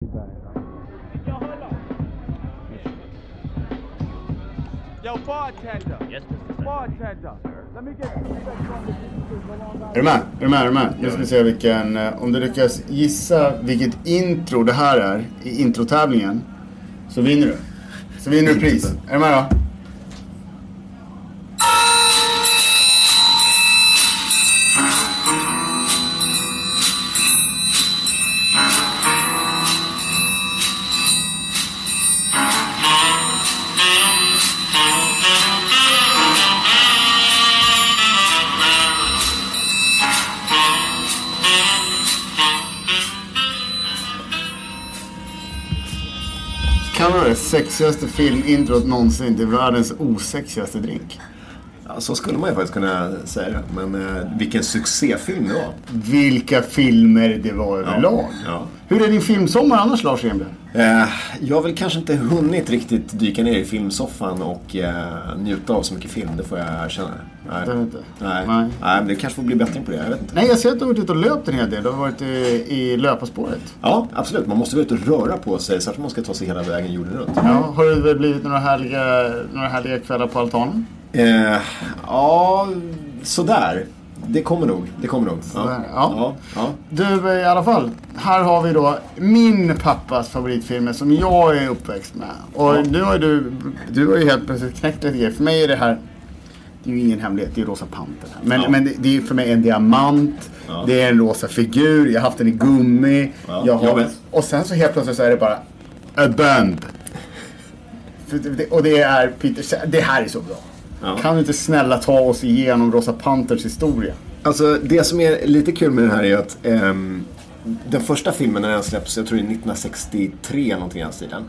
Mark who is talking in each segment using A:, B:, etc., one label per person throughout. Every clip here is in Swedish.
A: back.
B: Yo, bartender.
C: Yes, Mr. Sir.
B: Bartender. Let me get some respect on the
D: Är du med? Är du med? Är du med? Nu ska vi se vilken... eh, Om du lyckas gissa vilket intro det här är i introtävlingen så vinner du. Så vinner du pris. Är du med då? Kallar du det sexigaste filmintrot någonsin till världens osexigaste drink?
E: Ja, så Alltså, skulle man ju faktiskt kunna säga det. Men eh, vilken succéfilm det var.
D: Vilka filmer det var överlag.
E: ja.
D: Hur är din filmsommar annars Lars Renberg?
E: Eh, jag har väl kanske inte hunnit riktigt dyka ner i filmsoffan och eh, njuta av så mycket film, det får jag erkänna. Nej.
D: Det har jag inte.
E: Nej.
D: Nej.
E: Mm. Nej. men det kanske får bli bättre på det, jag vet inte.
D: Nej, jag ser att du har varit ute och löpt en hel del. Du har varit i, i löparspåret.
E: Ja, absolut. Man måste vara ute och röra på sig, särskilt om man ska ta sig hela vägen jorden runt.
D: Ja, har det väl blivit några härliga, några härliga kvällar på altanen?
E: Eh, ja, sådär. Det kommer nog. Det kommer nog.
D: Sådär, ja.
E: ja. ja, ja.
D: Du, eh, i alla fall. Här har vi då min pappas favoritfilmer som jag är uppväxt med. Och nu har ju du, du har ju helt plötsligt knäckt lite grejer. För mig är det här, det är ju ingen hemlighet, det är Rosa Pantern. här. Men,
E: Ja.
D: men det, det är för mig en diamant,
E: Ja.
D: det är en rosa figur, jag har haft den i gummi.
E: Ja,
D: Jag
E: jag
D: har,
E: vet.
D: och sen så helt plötsligt så är det bara, a band. För det- Och det är Peter, Sa- det här är så bra.
E: Ja.
D: Kan du inte snälla ta oss igenom Rosa Panterns historia?
E: Alltså det som är lite kul med den här är att ehm, den första filmen när den släpps, jag tror det är 1963 någonting i den stilen.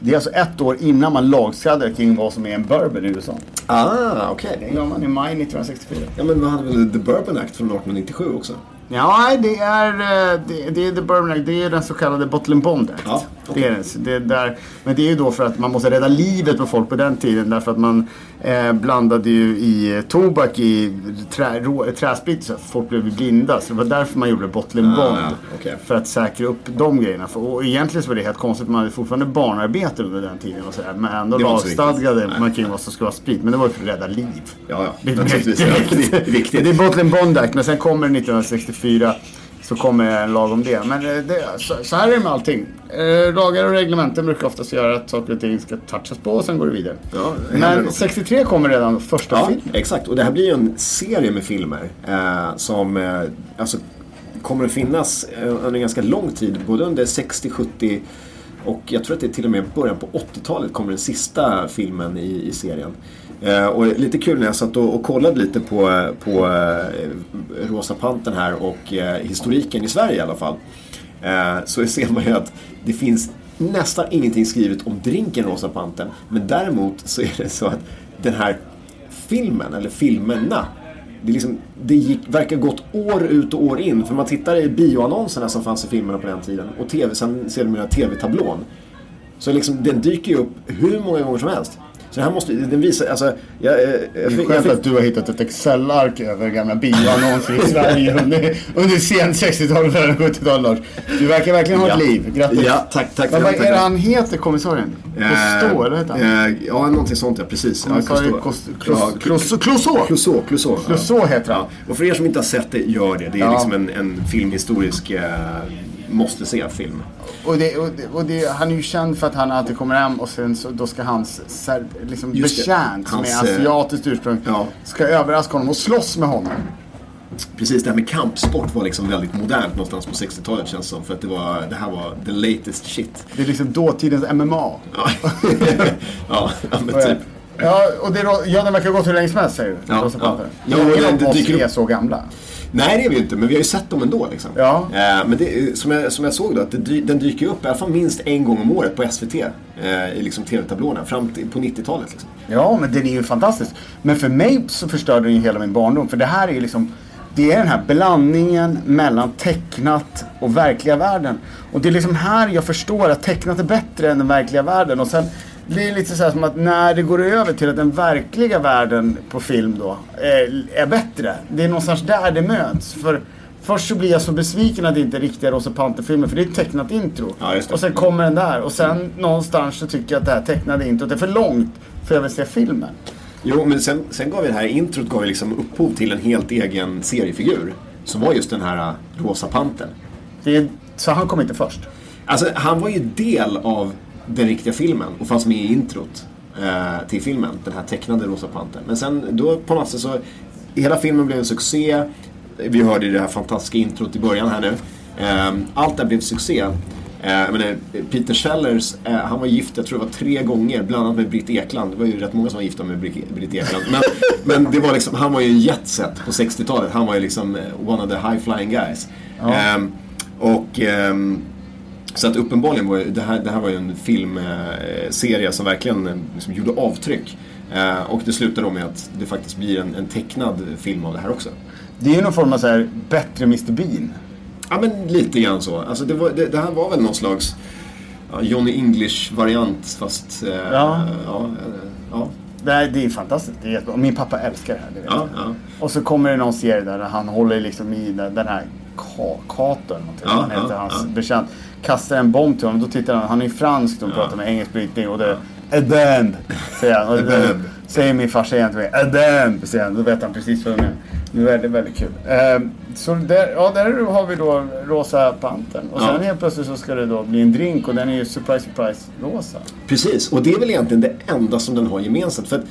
D: Det är alltså ett år innan man lagstadgar kring vad som är en bourbon i USA.
E: Ah, okej.
D: Det gör man i maj 1964.
E: Ja men vi hade väl The Bourbon Act från 1897 också?
D: Ja, nej, det är, eh, det, det är the bourbon Act. Det är den så kallade bottle and bond act.
E: Ja, okej.
D: Det är den. det är där, men det är ju då för att man måste rädda livet på folk på den tiden. Därför att man eh, blandade ju i eh, tobak i trä, rå, träsprit så att folk blev blinda. Så det var därför man gjorde bottle and
E: Ah,
D: bond.
E: ja, okej.
D: För att säkra upp de grejerna. För, och egentligen så var det helt konstigt. Man hade fortfarande barnarbete under den tiden och sådär. Men ändå
E: Det var inte så viktigt.
D: lagstadgade
E: Nej.
D: man kring vad som skulle vara sprit. Men det var ju för att rädda liv.
E: Ja, ja.
D: Det är
E: Naturligtvis.
D: viktigt.
E: Ja, det är viktigt.
D: Det är Bottle and Bond Act, men sen kommer 1964 så kommer en lag om det. Men eh, det, så, så här är det med allting. Eh, Lagar och reglementen brukar oftast göra att saker och ting ska touchas på och sen går det vidare.
E: Ja, det händer
D: men
E: något.
D: 63 kommer redan första
E: Ja,
D: filmen.
E: exakt. Och det här blir ju en serie med filmer eh, som eh, alltså, kommer att finnas eh, under ganska lång tid. Både under 60, 70 och jag tror att det är till och med början på 80-talet kommer den sista filmen i, i serien. Eh, och lite kul när jag satt och, och kollade lite på, eh, på eh, Rosa Panten här och eh, historiken i Sverige i alla fall. Eh, så ser man ju att det finns nästan ingenting skrivet om drinken Rosa Panten. Men däremot så är det så att den här filmen, eller filmerna. Det, är liksom, det gick, verkar gått år ut och år in. För man tittar i bioannonserna som fanns i filmerna på den tiden och TV, sen ser man tv-tablån. Så liksom, den dyker ju upp hur många gånger som helst. Så det här måste den visar, alltså... Jag, eh, jag,
D: Det är
E: fick-
D: skönt
E: jag
D: att
E: fick,
D: du har hittat ett Excel-ark över gamla bioannonser i Sverige under, under sen 60-talet och 70-talet Lars. Du verkar verkligen ha ett
E: Ja.
D: liv. Grattis.
E: Ja, tack, Eh, tack.
D: Men vad
E: Tack, tack.
D: är det han heter, kommissarien? Cousteau, eller vad heter han?
E: Eh, ja, någonting sånt ja, precis. Ja,
D: Kommissarien
E: Cousteau.
D: Cost-
E: Ja,
D: Clos- Clos- Clouseau.
E: Clouseau, Clouseau. ja.
D: Clouseau heter han.
E: Ja. Och för er som inte har sett det, gör det. Det är
D: Ja.
E: liksom en, en filmhistorisk eh, måste se-film.
D: Och, det, och, det, och det, han är ju känd för att han alltid kommer hem och sen så, då ska hans ser, liksom
E: Just det.
D: betjänt som
E: Hans,
D: är
E: eh,
D: asiatiskt ursprung
E: ja.
D: ska överraska honom och slåss med honom.
E: Precis, det här med kampsport var liksom väldigt modernt någonstans på 60-talet känns det som. För att det, var, det här var the latest shit.
D: Det är liksom dåtidens MMA.
E: Ja, ja ja, men typ.
D: Ja, och det, rå- ja, den verkar ha gått hur länge som helst säger du.
E: Ja,
D: Rosa
E: ja.
D: Pantern.
E: Ja,
D: Ingen
E: det-
D: av
E: det
D: oss
E: dyker upp.
D: är så gamla.
E: Nej, det är vi ju inte, men vi har ju sett dem ändå. Liksom.
D: Ja.
E: Eh, men det, som, jag, som jag såg då, att det, dy- den dyker upp i alla fall minst en gång om året på SVT. Eh, I liksom tv-tablåerna, fram till, på 90-talet. Liksom.
D: Ja, men den är ju fantastisk. Men för mig så förstörde den ju hela min barndom. För det här är ju liksom, det är den här blandningen mellan tecknat och verkliga världen. Och det är liksom här jag förstår att tecknat är bättre än den verkliga världen. Och sen blir det lite så här som att när det går över till att den verkliga världen på film då eh, är bättre. Det är någonstans där det möts. För Först så blir jag så besviken att det inte är riktiga Rosa Panter-filmer för det är ett tecknat intro.
E: Ja, just det.
D: och sen
E: Mm.
D: kommer den där och sen någonstans så tycker jag att det här tecknade introt är för långt för jag vill se filmen.
E: Jo, men sen, sen gav ju det här introt gav ju liksom upphov till en helt egen seriefigur. Som var just den här äh, Rosa Pantern.
D: Det är, så han kom inte först.
E: Alltså, han var ju del av den riktiga filmen och fanns med i introt eh, till filmen, den här tecknade Rosa Pantern. Men sen då på något sätt så, hela filmen blev en succé. Vi hörde ju det här fantastiska introt i början här nu. Eh, allt det här blev succé. Eh, jag menar, Peter Sellers, eh, han var gift, jag tror det var tre gånger, bland annat med Britt Ekland. Det var ju rätt många som var gifta med Britt E- Britt Ekland. Men, men det var liksom, han var ju en jet set på 60-talet. Han var ju liksom eh, one of the high flying guys. Eh, och ehm, så att uppenbarligen var ju- det här, det här var ju en filmserie som verkligen eh, liksom gjorde avtryck. Eh, och det slutar då med att det faktiskt blir en, en tecknad film av det här också.
D: Det är ju någon form av så här bättre Mr Bean.
E: Ja men lite grann så. Alltså det, var, det, det här var väl någon slags ja, Johnny English-variant fast... eh,
D: Ja.
E: ja, eh, ja,
D: Det, här, det är fantastiskt, det är jättebra. Min pappa älskar det här, det vet
E: ja,
D: jag.
E: ja.
D: Och så kommer det någon serie där han håller liksom i den, den här ka, Kato eller någonting.
E: Ja,
D: han heter
E: ja,
D: hans
E: ja.
D: betjänt. Kastar en bomb till honom. Då tittar han. Han är ju fransk. De pratar med engelsk brytning. Och det är damn. Säger han. Och
E: A
D: det,
E: damn.
D: säger min farsa igen till mig. A damn. Säger han. Då vet han precis vad jag menar. Det är väldigt, väldigt kul. Ehm, så där, ja, där har vi då Rosa Pantern. Och
E: Ja.
D: sen helt plötsligt så ska det då bli en drink. Och den är ju surprise, surprise rosa.
E: Precis, och det är väl egentligen det enda som den har gemensamt. För att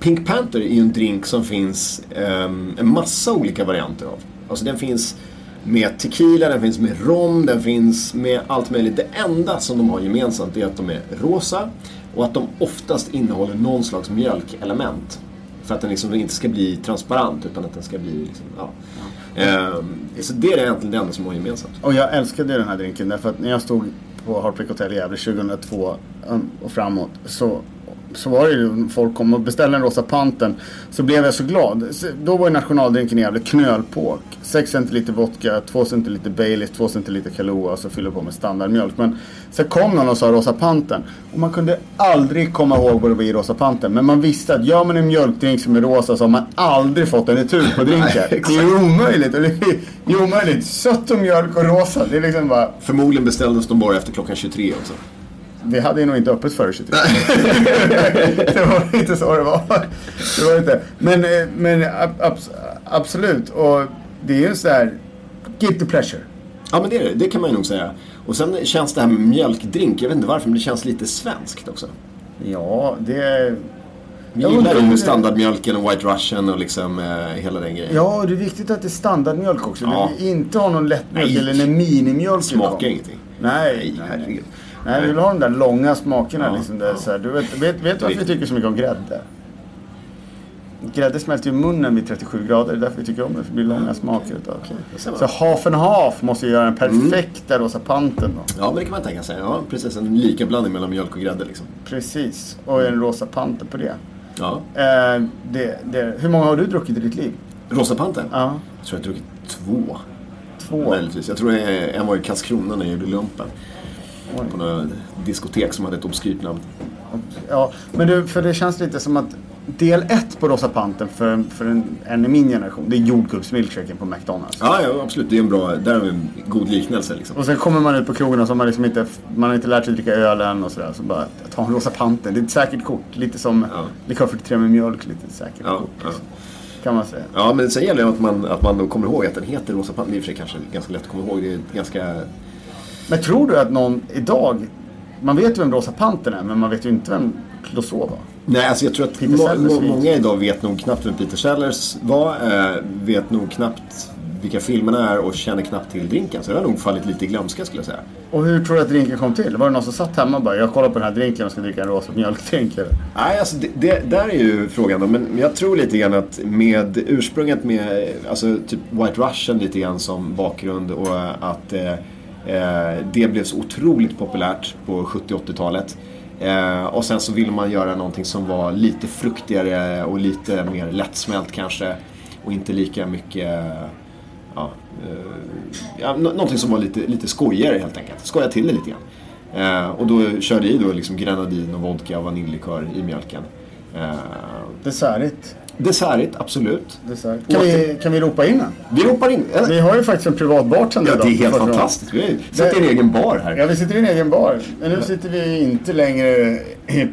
E: Pink Panther är ju en drink som finns ehm, en massa olika varianter av. Alltså den finns med tequila, den finns med rom, den finns med allt möjligt. Det enda som de har gemensamt är att de är rosa och att de oftast innehåller någon slags mjölkelement. För att den liksom inte ska bli transparent utan att den ska bli liksom, ja. Ehm, så det är egentligen det enda som de har gemensamt.
D: Och jag älskade ju den här drinken därför att när jag stod på Heartbreak Hotel i Gävle 2002 um, och framåt så, så var det ju folk kom och beställde en Rosa Panten så blev jag så glad. Så, då var ju nationaldrinken i Gävle knölpåk. 6 centiliter vodka, 2 centiliter Baileys, 2 centiliter Kahlua och så fyller på med standardmjölk. Men så kom någon och sa Rosa Panten och man kunde aldrig komma ihåg vad det var i Rosa Panten. Men man visste att gör man en mjölkdrink som är rosa så har man aldrig fått en retur på drinken.
E: Nej, exakt.
D: Det är ju omöjligt. Eller, det är omöjligt. Sött och mjölk och rosa. Det är liksom bara...
E: Förmodligen beställdes de bara efter klockan 23 också.
D: Vi hade ju nog inte öppet före 23. det var inte så det var. Det var inte. Men, eh, men ab- abs- absolut. Och det är ju så här... Guilty pleasure.
E: Ja men det är det, det kan man ju nog säga. Och sen känns det här med mjölkdrink, jag vet inte varför, men det känns lite svenskt också.
D: Ja, det...
E: Vi
D: Jag
E: gillar
D: undrar
E: ju
D: om-
E: standardmjölken och White Russian och liksom eh, hela den grejen.
D: Ja, och det är viktigt att det är standardmjölk också.
E: Ja.
D: Du vill inte ha någon lättmjölk
E: Nej.
D: eller en minimjölk. i
E: Smakar
D: dem.
E: ingenting.
D: Nej, nej, nej.
E: herregud.
D: Nej, vi vill ha de där långa smakerna.
E: Ja,
D: liksom, där,
E: ja.
D: så här. Du vet, vet, vet du varför vi
E: Riktigt.
D: tycker så mycket om grädde? Grädde smälter ju i munnen vid 37 grader. Det är därför vi tycker om det. För det blir långa smaker utav det.
E: Ah, ser Mm. man.
D: Så half and half måste ju göra den perfekta rosa panten då.
E: Ja men det kan man tänka sig. Ja, precis. En lika blandning mellan mjölk och grädde liksom.
D: Precis. Och en rosa panter på det.
E: Ja.
D: Eh, det, det. Hur många har du druckit i ditt liv?
E: Rosa Pantern?
D: Ja.
E: Jag tror jag har druckit två.
D: Två?
E: Möjligtvis. Jag tror eh, en var i Karlskrona när jag gjorde lumpen.
D: Oj.
E: På något diskotek som hade ett obskyrt namn.
D: Ja, men du, för det känns lite som att del ett på Rosa Pantern för, för en, en i min generation, det är jordgubbsmilkshaken på McDonalds.
E: Ja, ja absolut. Det är en bra, där har vi en god liknelse liksom.
D: Och sen kommer man ut på krogen och så har man liksom inte, man har inte lärt sig att dricka öl än och sådär. Så bara, ta en Rosa Pantern, det är ett säkert kort. Lite som
E: Ja.
D: likör 43 med mjölk, lite säkert
E: Ja,
D: kort.
E: ja.
D: Kan man säga.
E: Ja, men sen gäller det att man, att man då kommer ihåg att den heter Rosa Pantern. Det är i och för sig kanske ganska lätt att komma ihåg. Det är ganska...
D: Men tror du att någon idag, man vet ju vem Rosa Pantern är, men man vet ju inte vem Clouseau var.
E: Nej, alltså jag tror att
D: Peter
E: må,
D: Sellers
E: må,
D: vet.
E: många idag vet nog knappt vem Peter Sellers var. Eh, vet nog knappt vilka filmerna är och känner knappt till drinken. Så det har nog fallit lite i glömska skulle jag säga.
D: Och hur tror du att drinken kom till? Var det någon som satt hemma och bara, jag kollar på den här drinken och ska dricka en rosa mjölkdrink eller?
E: Nej, alltså det, det där är ju frågan då. Men jag tror lite grann att med ursprunget med eh, alltså, typ White Russian lite grann som bakgrund och eh, att eh, eh, det blev så otroligt populärt på 70-80-talet. Eh, och sen så ville man göra någonting som var lite fruktigare och lite mer lättsmält kanske. Och inte lika mycket eh, ja, eh, ja, nå- någonting som var lite, lite skojigare helt enkelt. Skoja till det lite grann. Eh, och då körde jag i då liksom grenadin och vodka och vaniljlikör i mjölken. Eh,
D: Dessertigt.
E: dessertigt, absolut.
D: Dessert. Kan, vi, kan vi ropa in den?
E: Vi ropar in. eh,
D: Vi har ju faktiskt en privat bartender
E: Ja, det
D: idag,
E: är helt
D: första gången.
E: fantastiskt. Vi sitter i en egen bar här.
D: Ja, vi sitter i en egen bar. Men nu sitter vi inte längre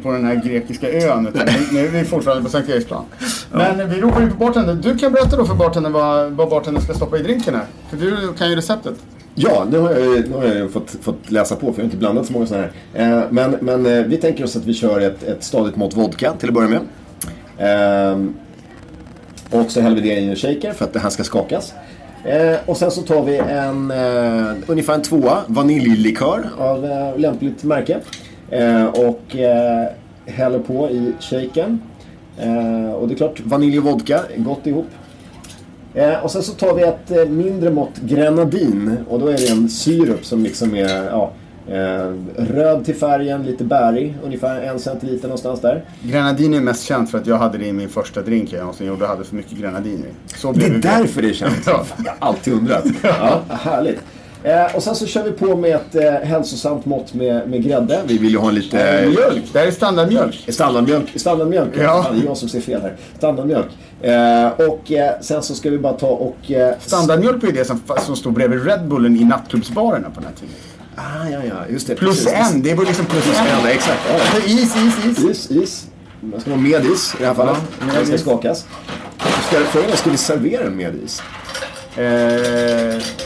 D: på den här grekiska ön. Utan nu- nu är vi fortfarande på Sankt Eriksplan. Men vi ropar in på bartendern. Du kan berätta då för bartendern vad, vad bartendern ska stoppa i drinken här. För du kan ju receptet.
E: Ja, nu har jag, ju- nu har jag ju fått, fått läsa på för jag har inte blandat så många sådana här. Eh, men men eh, vi tänker oss att vi kör ett, ett stadigt mått vodka till att börja med. Ehm, och så häller vi det i en shaker för att det här ska skakas. Eh, och sen så tar vi en, eh, ungefär en tvåa vaniljlikör av eh, lämpligt märke. Eh, och eh, häller på i shakern. Eh, och det är klart, vanilj och vodka, gott ihop. Eh, och sen så tar vi ett eh, mindre mått grenadin och då är det en syrup som liksom är ja, eh, röd till färgen, lite bärig, ungefär en centiliter någonstans där.
D: Grenadin är mest känt för att jag hade det i min första drink jag någonsin gjorde. Jag hade för mycket grenadin i. Så
E: Det är
D: blev
E: därför det är känt.
D: Ja.
E: Jag har alltid undrat. Ja, härligt. Eh, och sen så kör vi på med ett eh, hälsosamt mått med, med grädde. Vi vill ju ha en lite...
D: Mjölk. Det här är standardmjölk.
E: Standardmjölk. Eh, Standardmjölk.
D: Ja.
E: Fan, Det är jag som ser fel här. Standardmjölk. Eh, och eh, sen så ska vi bara ta och... Eh,
D: Standardmjölk var ju det som, som stod bredvid Red Bullen i nattklubbsbarerna på den här tiden.
E: Ah, ja, ja, just det.
D: Plus
E: Precis.
D: en. Det var liksom plus
E: Ja,
D: en.
E: exakt. Ja, ja.
D: Is, is, is.
E: Is, is. Man ska ha med is i det här fallet.
D: Ja, med
E: den ska
D: is.
E: skakas. Ska, frågan är, ska vi servera den med is?
D: Eh,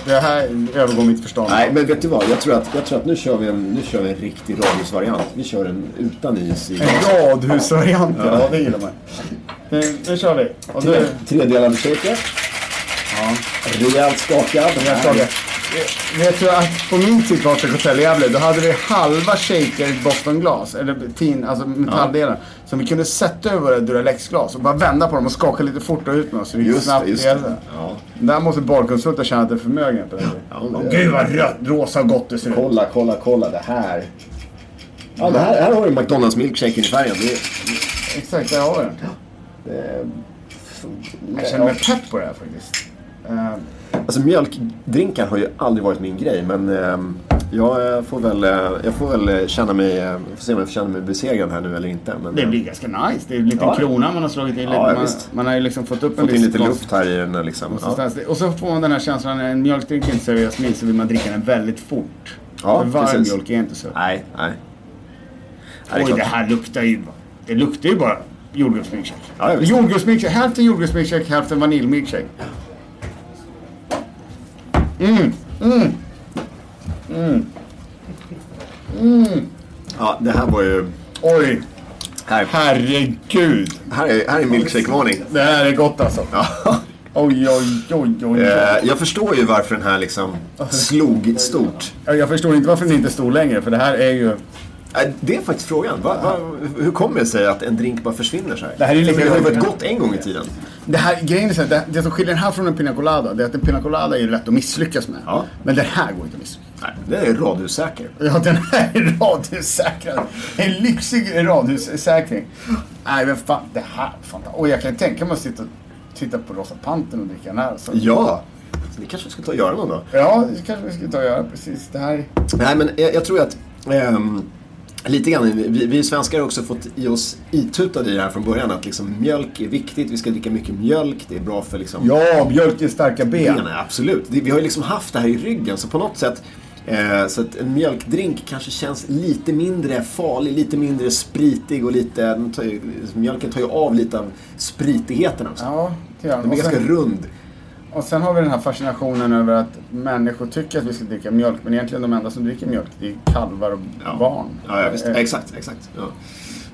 D: det här övergår mitt förstånd.
E: Nej, men vet du vad? Jag tror att, jag tror att nu, kör vi en, nu kör vi en riktig radhusvariant. Vi kör en utan is i
D: En radhusvariant, ja. det gillar man. Nu, nu kör vi. Och
E: tre,
D: nu,
E: tredelad shaker. Rejält skakad.
D: jag sa det. Vet du att på min tid på Artic Hotel i Gävle, då hade vi halva shaker i bottenglas, eller tin, alltså metalldelen. Som vi kunde sätta över våra Duralex-glas och bara vända på dem och skaka lite fort och ut med oss. Så det gick
E: Just
D: snabbt
E: det, just
D: ihjäl
E: det. Ja.
D: Där måste barkonsulten känna att det är förmögen på den tiden.
E: Ja, men-
D: Åh, Gud vad rött, rosa och gott det ser ut.
E: Kolla, kolla, kolla det här. Ja, det här, här har du McDonalds milkshake i färgen. Det,
D: Exakt, där har vi den. Jag känner mig pepp på det här faktiskt. Eh,
E: Alltså mjölkdrinkar har ju aldrig varit min grej men ehm, jag, eh, får väl, eh, jag får väl eh, känna mig, eh, får se om jag får känna mig besegrad här nu eller inte. Men,
D: Det
E: eh,
D: blir ganska nice. Det är en liten
E: Ja.
D: krona man har slagit in. lite.
E: Ja,
D: man,
E: visst.
D: man har ju liksom fått upp en
E: eh, fått in
D: viss
E: lite
D: kons-
E: luft här i den här, liksom. Ja.
D: konsistens. Och så får man den här känslan, när en mjölkdrink är inte seriös min så vill man dricka den väldigt fort.
E: Ja,
D: För varm
E: precis.
D: mjölk är inte så.
E: Nej, nej. Ja, det är
D: Oj,
E: klart.
D: det här luktar ju bara. Det luktar ju bara jordgubbsmilkshake.
E: Ja, ja, visst.
D: jordgubbsmilkshake, hälften jordgubbsmilkshake, hälften vaniljmilkshake. Mm,
E: Ja, det här var ju...
D: oj,
E: Här,
D: herregud.
E: här är, här är milkshake-varning.
D: Det här är gott alltså.
E: Ja.
D: Oj, oj, oj, oj.
E: Eh, Jag förstår ju varför den här liksom slog stort.
D: Jag förstår inte varför den inte stod längre, för det här är ju...
E: Eh, Det är faktiskt frågan. Va, va, hur kommer det sig att en drink bara försvinner så här?
D: Det här är ju lika-
E: har ju varit gott en gång i tiden.
D: Det här, grejen är så här, det, det som skiljer den här från en pina colada, det är att en pina colada är ju lätt att misslyckas med.
E: Ja.
D: Men den här går inte att misslyckas
E: Nej, det är radhussäker.
D: Ja, den här är radhussäkrad. En lyxig radhussäkring. Nej, men fan, det här, fan. Och jag kan tänka mig att sitta, titta på Rosa Pantern och dricka den här. Så.
E: Ja, det kanske vi ska ta och göra någon dag.
D: Ja, det kanske vi ska ta och göra. Precis, det här.
E: Nej, men jag, jag tror att ehm, lite grann, vi, vi svenskar har också fått i oss itutade i det här från början att liksom, mjölk är viktigt, vi ska dricka mycket mjölk, det är bra för liksom,
D: Ja, mjölkens starka ben.
E: benen. Absolut, det, vi har ju liksom haft det här i ryggen så på något sätt eh, så att en mjölkdrink kanske känns lite mindre farlig, lite mindre spritig och lite, den tar ju, mjölken tar ju av lite av spritigheten också.
D: Ja, det gör den.
E: Den
D: Och
E: blir ganska
D: sen,
E: rund.
D: och sen har vi den här fascinationen över att människor tycker att vi ska dricka mjölk, men egentligen de enda som dricker mjölk, det är kalvar och barn.
E: Ja, ja, visst.
D: Eh,
E: Exakt, exakt. Ja,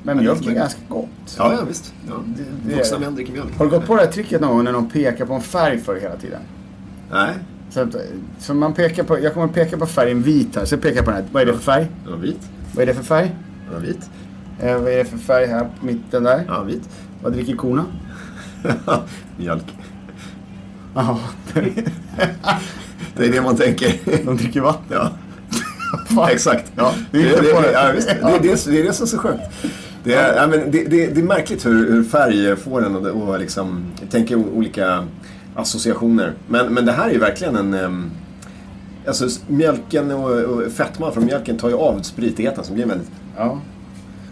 D: Men mjölk är ganska gott.
E: ja, ja visst. Ja.
D: det är-
E: Vuxna män dricker mjölk.
D: Har du gått på det här tricket någon gång när någon pekar på en färg för hela tiden?
E: Nej.
D: Så, att, så man pekar på, jag kommer att peka på färgen vit här, så pekar jag på den här. Vad är det för färg?
E: Den var vit.
D: Vad är det för färg?
E: Den var vit.
D: Eh, vad är det för färg här på mitten där?
E: Ja, vit.
D: Vad dricker korna?
E: Mjölk.
D: Jaha,
E: Det är det man tänker.
D: de dricker vatten.
E: ja,
D: Fan.
E: exakt. Ja,
D: det är inte
E: det,
D: på
E: det,
D: det.
E: ja, visst. Det, är det, det är det som är så skönt. Det är, ja, men det, det, det är märkligt hur, hur färg får en och, och liksom, tänker o- olika associationer. Men, men det här är ju verkligen en... ehm, Alltså s- mjölken och, och fettman från mjölken tar ju av spritigheten som blir väldigt...
D: Ja.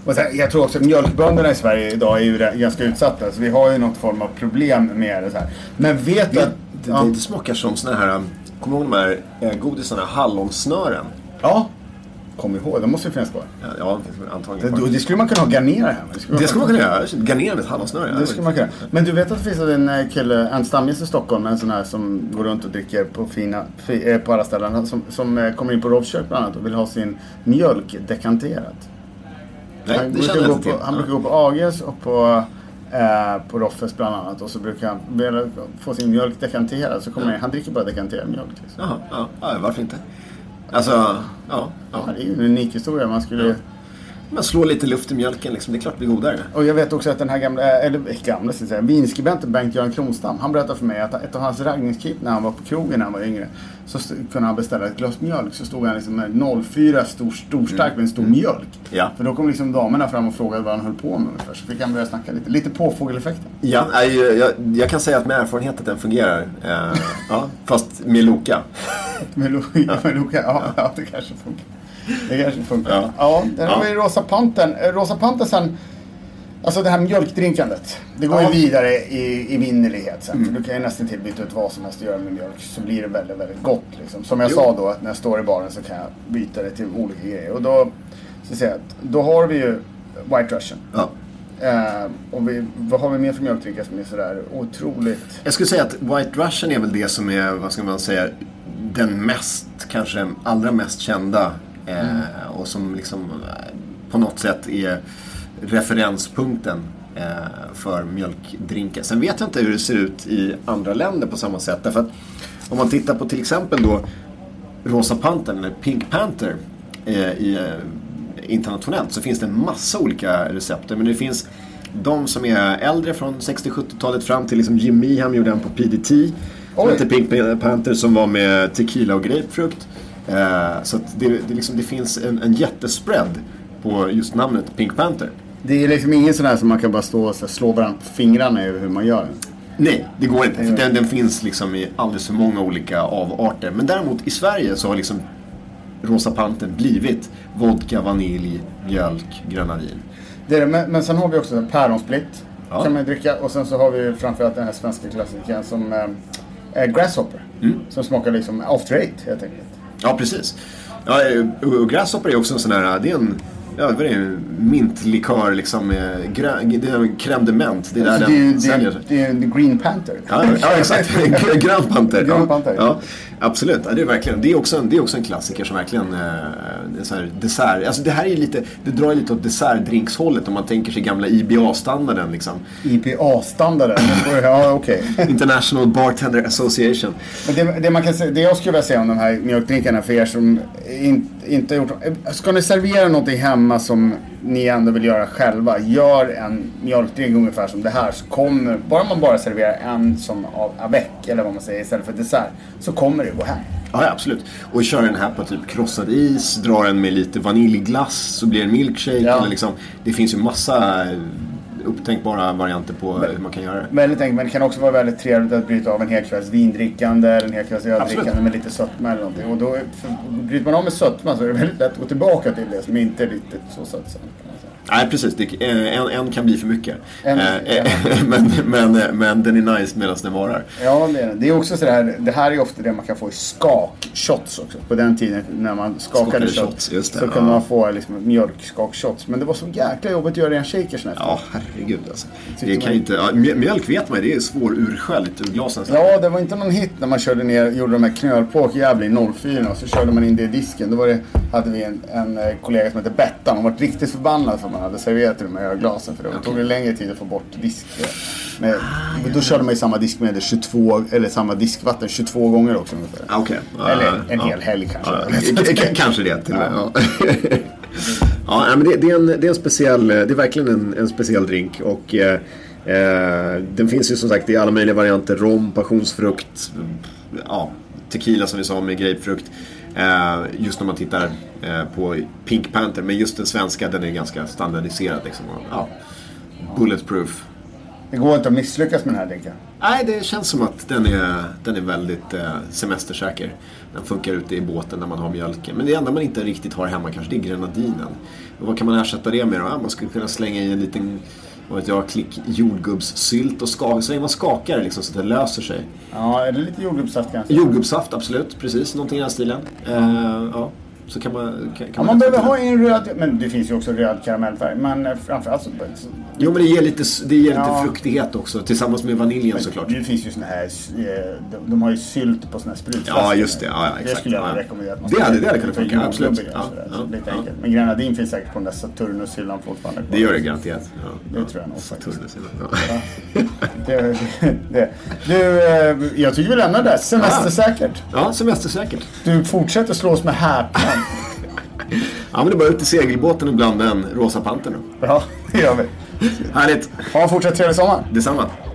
D: Och sen, jag tror också att mjölkbönderna i Sverige idag är ju re- ganska utsatta. Så vi har ju något form av problem med det. Så här. Men vet du
E: Det,
D: att...
E: det,
D: Ja,
E: det smakar som såna här, um, kommer du ihåg de här eh, godisarna, hallonsnören?
D: ja. kom ihåg. De måste ju finnas kvar.
E: Ja, Ja, det finns antagligen
D: Det,
E: kvar.
D: det skulle man kunna ha garnera hemma.
E: Det skulle man kunna göra, garnera med ett hallonsnöre.
D: Det skulle man kunna. Men du vet att det finns en eh, kille, en stammis i Stockholm, en sån här som går runt och dricker på, fina, fi, eh, på alla ställen. Han Som, som eh, kommer in på Rovkök bland annat och vill ha sin mjölk dekanterad.
E: Nej,
D: han,
E: det
D: brukar
E: känner jag
D: gå
E: inte till.
D: på, han brukar gå på AGs och på, eh, på Roffes bland annat. Och så brukar han vilja få sin mjölk dekanterad. Så kommer han in, han dricker bara dekanterad mjölk. Liksom.
E: Jaha, ja, ja, varför inte? Alltså, ja. ja.
D: Det är ju en unik historia. Man skulle...
E: Man slår lite luft i mjölken liksom, det är klart det blir godare.
D: Och jag vet också att den här gamla, eh, eller eh, gamla ska jag säga, vinskribenten Bengt-Göran Kronstam. Han berättade för mig att ett av hans raggningsklipp när han var på krogen när han var yngre. Så st- kunde han beställa ett glas mjölk. Så stod han liksom med 04 stor, storstark med en stor mjölk.
E: Mm. Ja.
D: För då kom liksom damerna fram och frågade vad han höll på med ungefär. Så fick han börja snacka lite. Lite påfågeleffekten.
E: Ja, nej, jag, jag kan säga att med erfarenhet att den fungerar. Eh, ja, fast med Loka.
D: Med Lo- med Loka, ja, ja, det kanske funkar. Det kanske funkar. Ja,
E: Ja.
D: där har
E: Ja.
D: vi Rosa Panten. Eh, Rosa Panten sen, alltså det här mjölkdrinkandet. Det går
E: Ja.
D: ju vidare i, i vinnerlighet sen. För du kan ju nästan till byta ut vad som helst att göra med mjölk. Så blir det väldigt, väldigt gott liksom. Som jag
E: Jo.
D: sa då, att när jag står i baren så kan jag byta det till olika grejer. Och då, så säga, då har vi ju White Russian.
E: Ja.
D: Eh, och vi, vad har vi mer för mjölkdrinkar som är sådär otroligt...
E: Jag skulle säga att White Russian är väl det som är, vad ska man säga, den mest, kanske den allra mest kända. Eh, Och som liksom eh, på något sätt är referenspunkten eh, för mjölkdrinkar. Sen vet jag inte hur det ser ut i andra länder på samma sätt. Därför att om man tittar på till exempel då Rosa Pantern eller Pink Panther eh, i, eh, internationellt så finns det en massa olika recepter. Men det finns de som är äldre från 60-70-talet fram till liksom Jim Meehan gjorde en på PDT. Som
D: Oj.
E: hette Pink Panther som var med tequila och grapefrukt. Eh, så att det, det, liksom, det finns en, en jättespread på just namnet Pink Panther.
D: Det är liksom ingen sån här som man kan bara stå och så här, slå varandra på fingrarna över hur man gör.
E: Nej, det går inte. För den, den finns liksom i alldeles för många olika avarter. Men däremot i Sverige så har liksom Rosa Pantern blivit vodka, vanilj, mjölk, grenadin.
D: Det är det. Men, men sen har vi också en päronsplitt.
E: Ja.
D: Kan man dricka. Och sen så har vi ju framförallt den här svenska klassikern som eh, är Grasshopper.
E: Mm.
D: Som smakar liksom after eight helt enkelt.
E: Ja, precis. Ja, eh, och och Grasshopper är också en sån här, det är en, ja, vad är det, en mintlikör liksom, eh, grä, det är en crème de menthe. Det är där
D: Alltså, det, är ju,
E: den
D: det,
E: säljer sig.
D: är, det är en Green Panther.
E: Ja, ja exakt. Grön panter.
D: Grön
E: ja.
D: panter.
E: Ja, absolut. Ja, det, är verkligen, det, är också en, det är också en klassiker som verkligen... Eh, en sån här dessert. Alltså det här är ju lite... Det drar ju lite åt dessertdrinkshållet om man tänker sig gamla IBA-standarden liksom.
D: IPA-standarden. ja, okej.
E: International Bartender Association.
D: Men det, det, man kan, säga- det jag skulle vilja säga om de här mjölkdrinkarna för er som in, inte har gjort Ska ni servera någonting hemma som ni ändå vill göra själva. Gör en mjölkdrink ungefär som det här. Så kommer, bara man bara serverar en som av avec eller vad man säger istället för dessert. Så kommer det gå hem.
E: Ja, ja, absolut. Och kör den här på typ krossad is, drar den med lite vaniljglass så blir det en milkshake.
D: Ja.
E: Eller liksom, det finns ju massa eh, upptänkbara varianter på eh, hur man kan göra det.
D: Väldigt enkelt, men det kan också vara väldigt trevligt att bryta av en hel kvälls vindrickande eller en hel kvälls öldrickande
E: Absolut.
D: med lite sötma eller någonting. Och då är- för, bryter man av med sötma så är det väldigt lätt att gå tillbaka till det som inte är riktigt så sött. sen, kan man säga.
E: Nej, precis. Det, eh, en, en kan bli för mycket.
D: En-
E: Eh, eh, men, men, eh, men den är nice medan den varar.
D: Ja, det är det. Det är också sådär, det här är ofta det man kan få i skakshots också. På den tiden när man skakade
E: Skakade
D: shots,
E: shots, just det,
D: så
E: ja.
D: kunde man få liksom, mjölkskakshots. Men det var så jäkla jobbigt att göra en shakers nästan.
E: Ja, herregud alltså. Det kan ju inte, ja, mj- mjölk vet man ju, det är svårursköljt ur glasen. sen.
D: Ja, det var inte någon hit när man körde ner, gjorde de här knölpåk jävla i 04 och så körde man in det i disken. Då var det, hade vi en, en eh, kollega som hette Bettan. Hon var riktigt förbannad för man hade serverat i de här ölglasen. För det tog det längre tid att få bort disk. eh,
E: Ah,
D: Med, då körde man ju samma diskmedel 22, eller samma diskvatten 22 gånger också ungefär.
E: Ah, Okej. Ja,
D: Eller en
E: ja. Ah,
D: hel helg kanske.
E: Ja, k- k- kanske det till och med. Ja. Ja, nej, men det, det, är en, det är en speciell, eh, det är verkligen en, en speciell drink. Och, eh, eh, den finns ju som sagt i alla möjliga varianter. Rom, passionsfrukt, ja, tequila som vi sa med grapefrukt. Eh, just när man tittar eh, på Pink Panther. Men just den svenska den är ganska standardiserad. Liksom. Och, ja, bulletproof.
D: Det går inte att misslyckas med den här drinken.
E: Nej, det känns som att den är, den är väldigt eh, semestersäker. Den funkar ute i båten när man har mjölken. Men det enda man inte riktigt har hemma kanske, det är grenadinen. Och vad kan man ersätta det med då? Ja, man skulle kunna slänga i en liten, vad vet jag, klick jordgubbssylt och skaka. Så länge man skakar det liksom så att det löser sig.
D: Ja, är det lite jordgubbssaft kanske?
E: Jordgubbssaft, absolut. Precis, någonting i den stilen. Eh, ja. Så kan man... Kan, kan
D: Ja, man behöver
E: ersätta
D: ha
E: det.
D: en röd, men det finns ju också röd karamellfärg. Men eh, framförallt så... så-
E: Jo, men det ger lite, det ger lite
D: Ja.
E: fruktighet också. Tillsammans med vaniljen såklart.
D: Det finns ju såna här, eh, de, de har ju sylt på såna här sprutflaskor.
E: Ja, just det. Ja, ja,
D: Det
E: exakt.
D: skulle jag
E: ja.
D: väl rekommendera. att man
E: Det hade,
D: ska-
E: det hade kunnat
D: för
E: funka,
D: jordgubbar
E: absolut.
D: och
E: Ja,
D: sådär,
E: ja,
D: så lite
E: ja.
D: enkelt. Men grenadin finns säkert på den där Saturnus-hyllan fortfarande. kvar.
E: Det gör det garanterat. Ja,
D: Det
E: ja.
D: tror jag nog faktiskt.
E: Tunnel sen. Ja.
D: Det, det. Du, eh, jag tycker vi lämnar det. Semestersäkert.
E: ja, semestersäkert.
D: Du fortsätter slås med häpnad.
E: Ja, men det är bara ut i segelbåten ibland den rosa pantern.
D: Ja, det gör vi.
E: Härligt.
D: Ha en fortsatt trevlig sommar.
E: Detsamma.